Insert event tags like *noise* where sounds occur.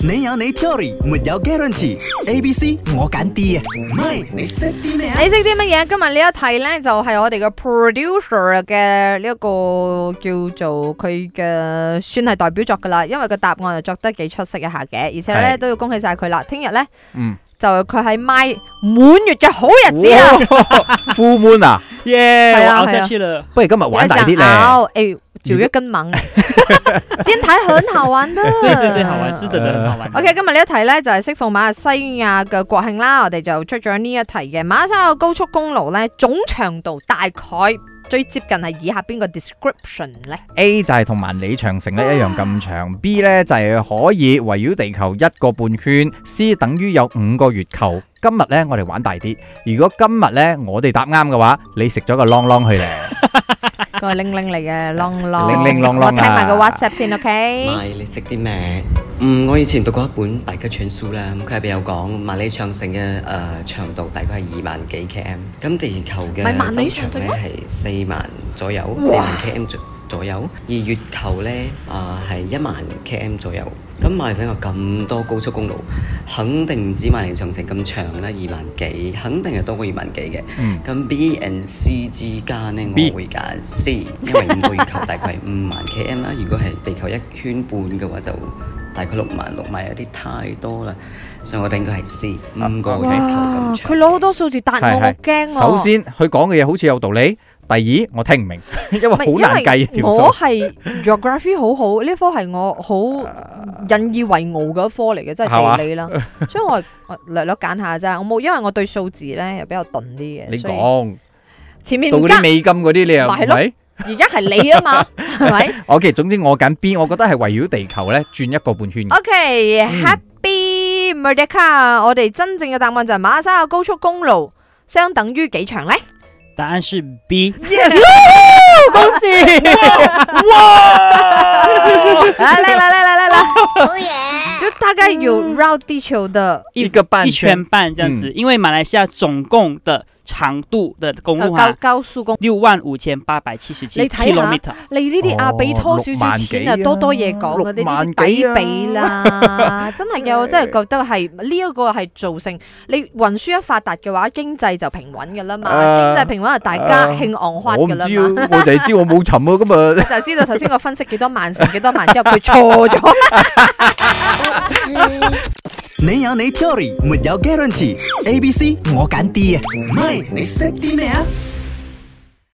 你有你 theory，沒有 guarantee。A、B、C 我揀 D 啊，唔係你識啲咩啊你？識啲乜嘢？今日呢一題咧就係我哋嘅 producer 嘅呢一個叫做佢嘅算係代表作噶啦，因為個答案就作得幾出色一下嘅，而且咧係都要恭喜晒佢啦。聽日咧嗯，就佢喺賣滿月嘅好 *laughs* 日子啊啦。 full moon *laughs* 啊，耶！係我啊熬係啊下去了。不如今日玩大啲不要這樣咧。熬哎，九月更 *laughs* 忙，电台很好玩的。对对呃对，好玩，是真的很好玩。 O K，今日呢一題咧就係適逢馬來西亞嘅國慶啦，我哋就出咗呢一題嘅馬來西亞高速公路咧總長度大概最接近係以下邊個 description 咧？ A 就係同萬里長城咧一樣咁長，B 咧就係可以圍繞地球一個半圈，C 等於有五個月球。今日咧我哋玩大啲，如果今日咧我哋答啱嘅話，你食咗個啷啷去咧。個係玲玲嚟嘅，啷啷玲玲啷啷啊我睇埋個 WhatsApp 先，O K。咪你識啲咩？嗯，我以前讀過一本《大吉全書》啦，咁佢入邊有講萬里長城嘅誒、呃、長度大概係二萬幾 km，咁地球嘅咪萬里周長長城咧咯係四萬左右，四萬 km 左左右，而月球咧啊係一萬 km 左右。咁馬來西亞咁多高速公路，肯定唔止萬里長城咁長啦，二萬幾，肯定係多過二萬幾嘅。嗯咁 B and C 之間呢， B 我會揀 C，因為五個月球大概係五萬 km 啦。啊如果係地球一圈半嘅話，就大概六萬，六萬有啲太多啦，所以我哋應該係 C，五啊個月球哇！咁長。啊佢攞好多數字答 *laughs* 我，我係驚我。首先佢講嘅嘢好似有道理，第二我聽唔明， *laughs* 因為唔係因好難計為條我數。係 geography 好好，呢科係我好引以為傲嘅一科嚟嘅，即係嘛係地理啦。所以我我略略揀下啫，我冇，因為我對數字咧又比較鈍啲嘅。你所以講前面到唔嗰加啲，美金嗰啲，你又唔咪係咯係而家係你啊 *laughs* 嘛，係咪？OK，總之我揀 B，我覺得係圍繞地球咧轉一個半圈嘅。 ？OK，Happy m e r d e c a 我哋真正嘅答案就係馬沙亞高速公路相等於幾 *laughs* 長咧？答案是 B。恭 *laughs* 喜！ *laughs* 哇！來來來來来来来，就大概有嗯绕地球的。一個半一圈半这样子，因为马来西亚总共的长度的公呃路高啊哈，高速公，六万五千八百七十七你睇下 kilometer，你呢啲啊哦俾多少少錢啊，六萬幾啊多多嘢講嗰啲六萬呢幾啊啲抵俾 *laughs* 啦，真係嘅，我真係覺得係呢一個係造成你運輸一發達嘅話，經濟就平穩嘅啦嘛，誒經濟平穩就大家誒興昂發啊我唔嘅知啦啊，嘛。 *laughs* 我就係知我冇沉啊， *laughs* 咁啊，就知道頭先我分析幾多萬乘幾多萬之後，佢錯咗。你有你 theory，沒有 guarantee。A、B、C 我揀 D 啊，唔係你識啲咩啊？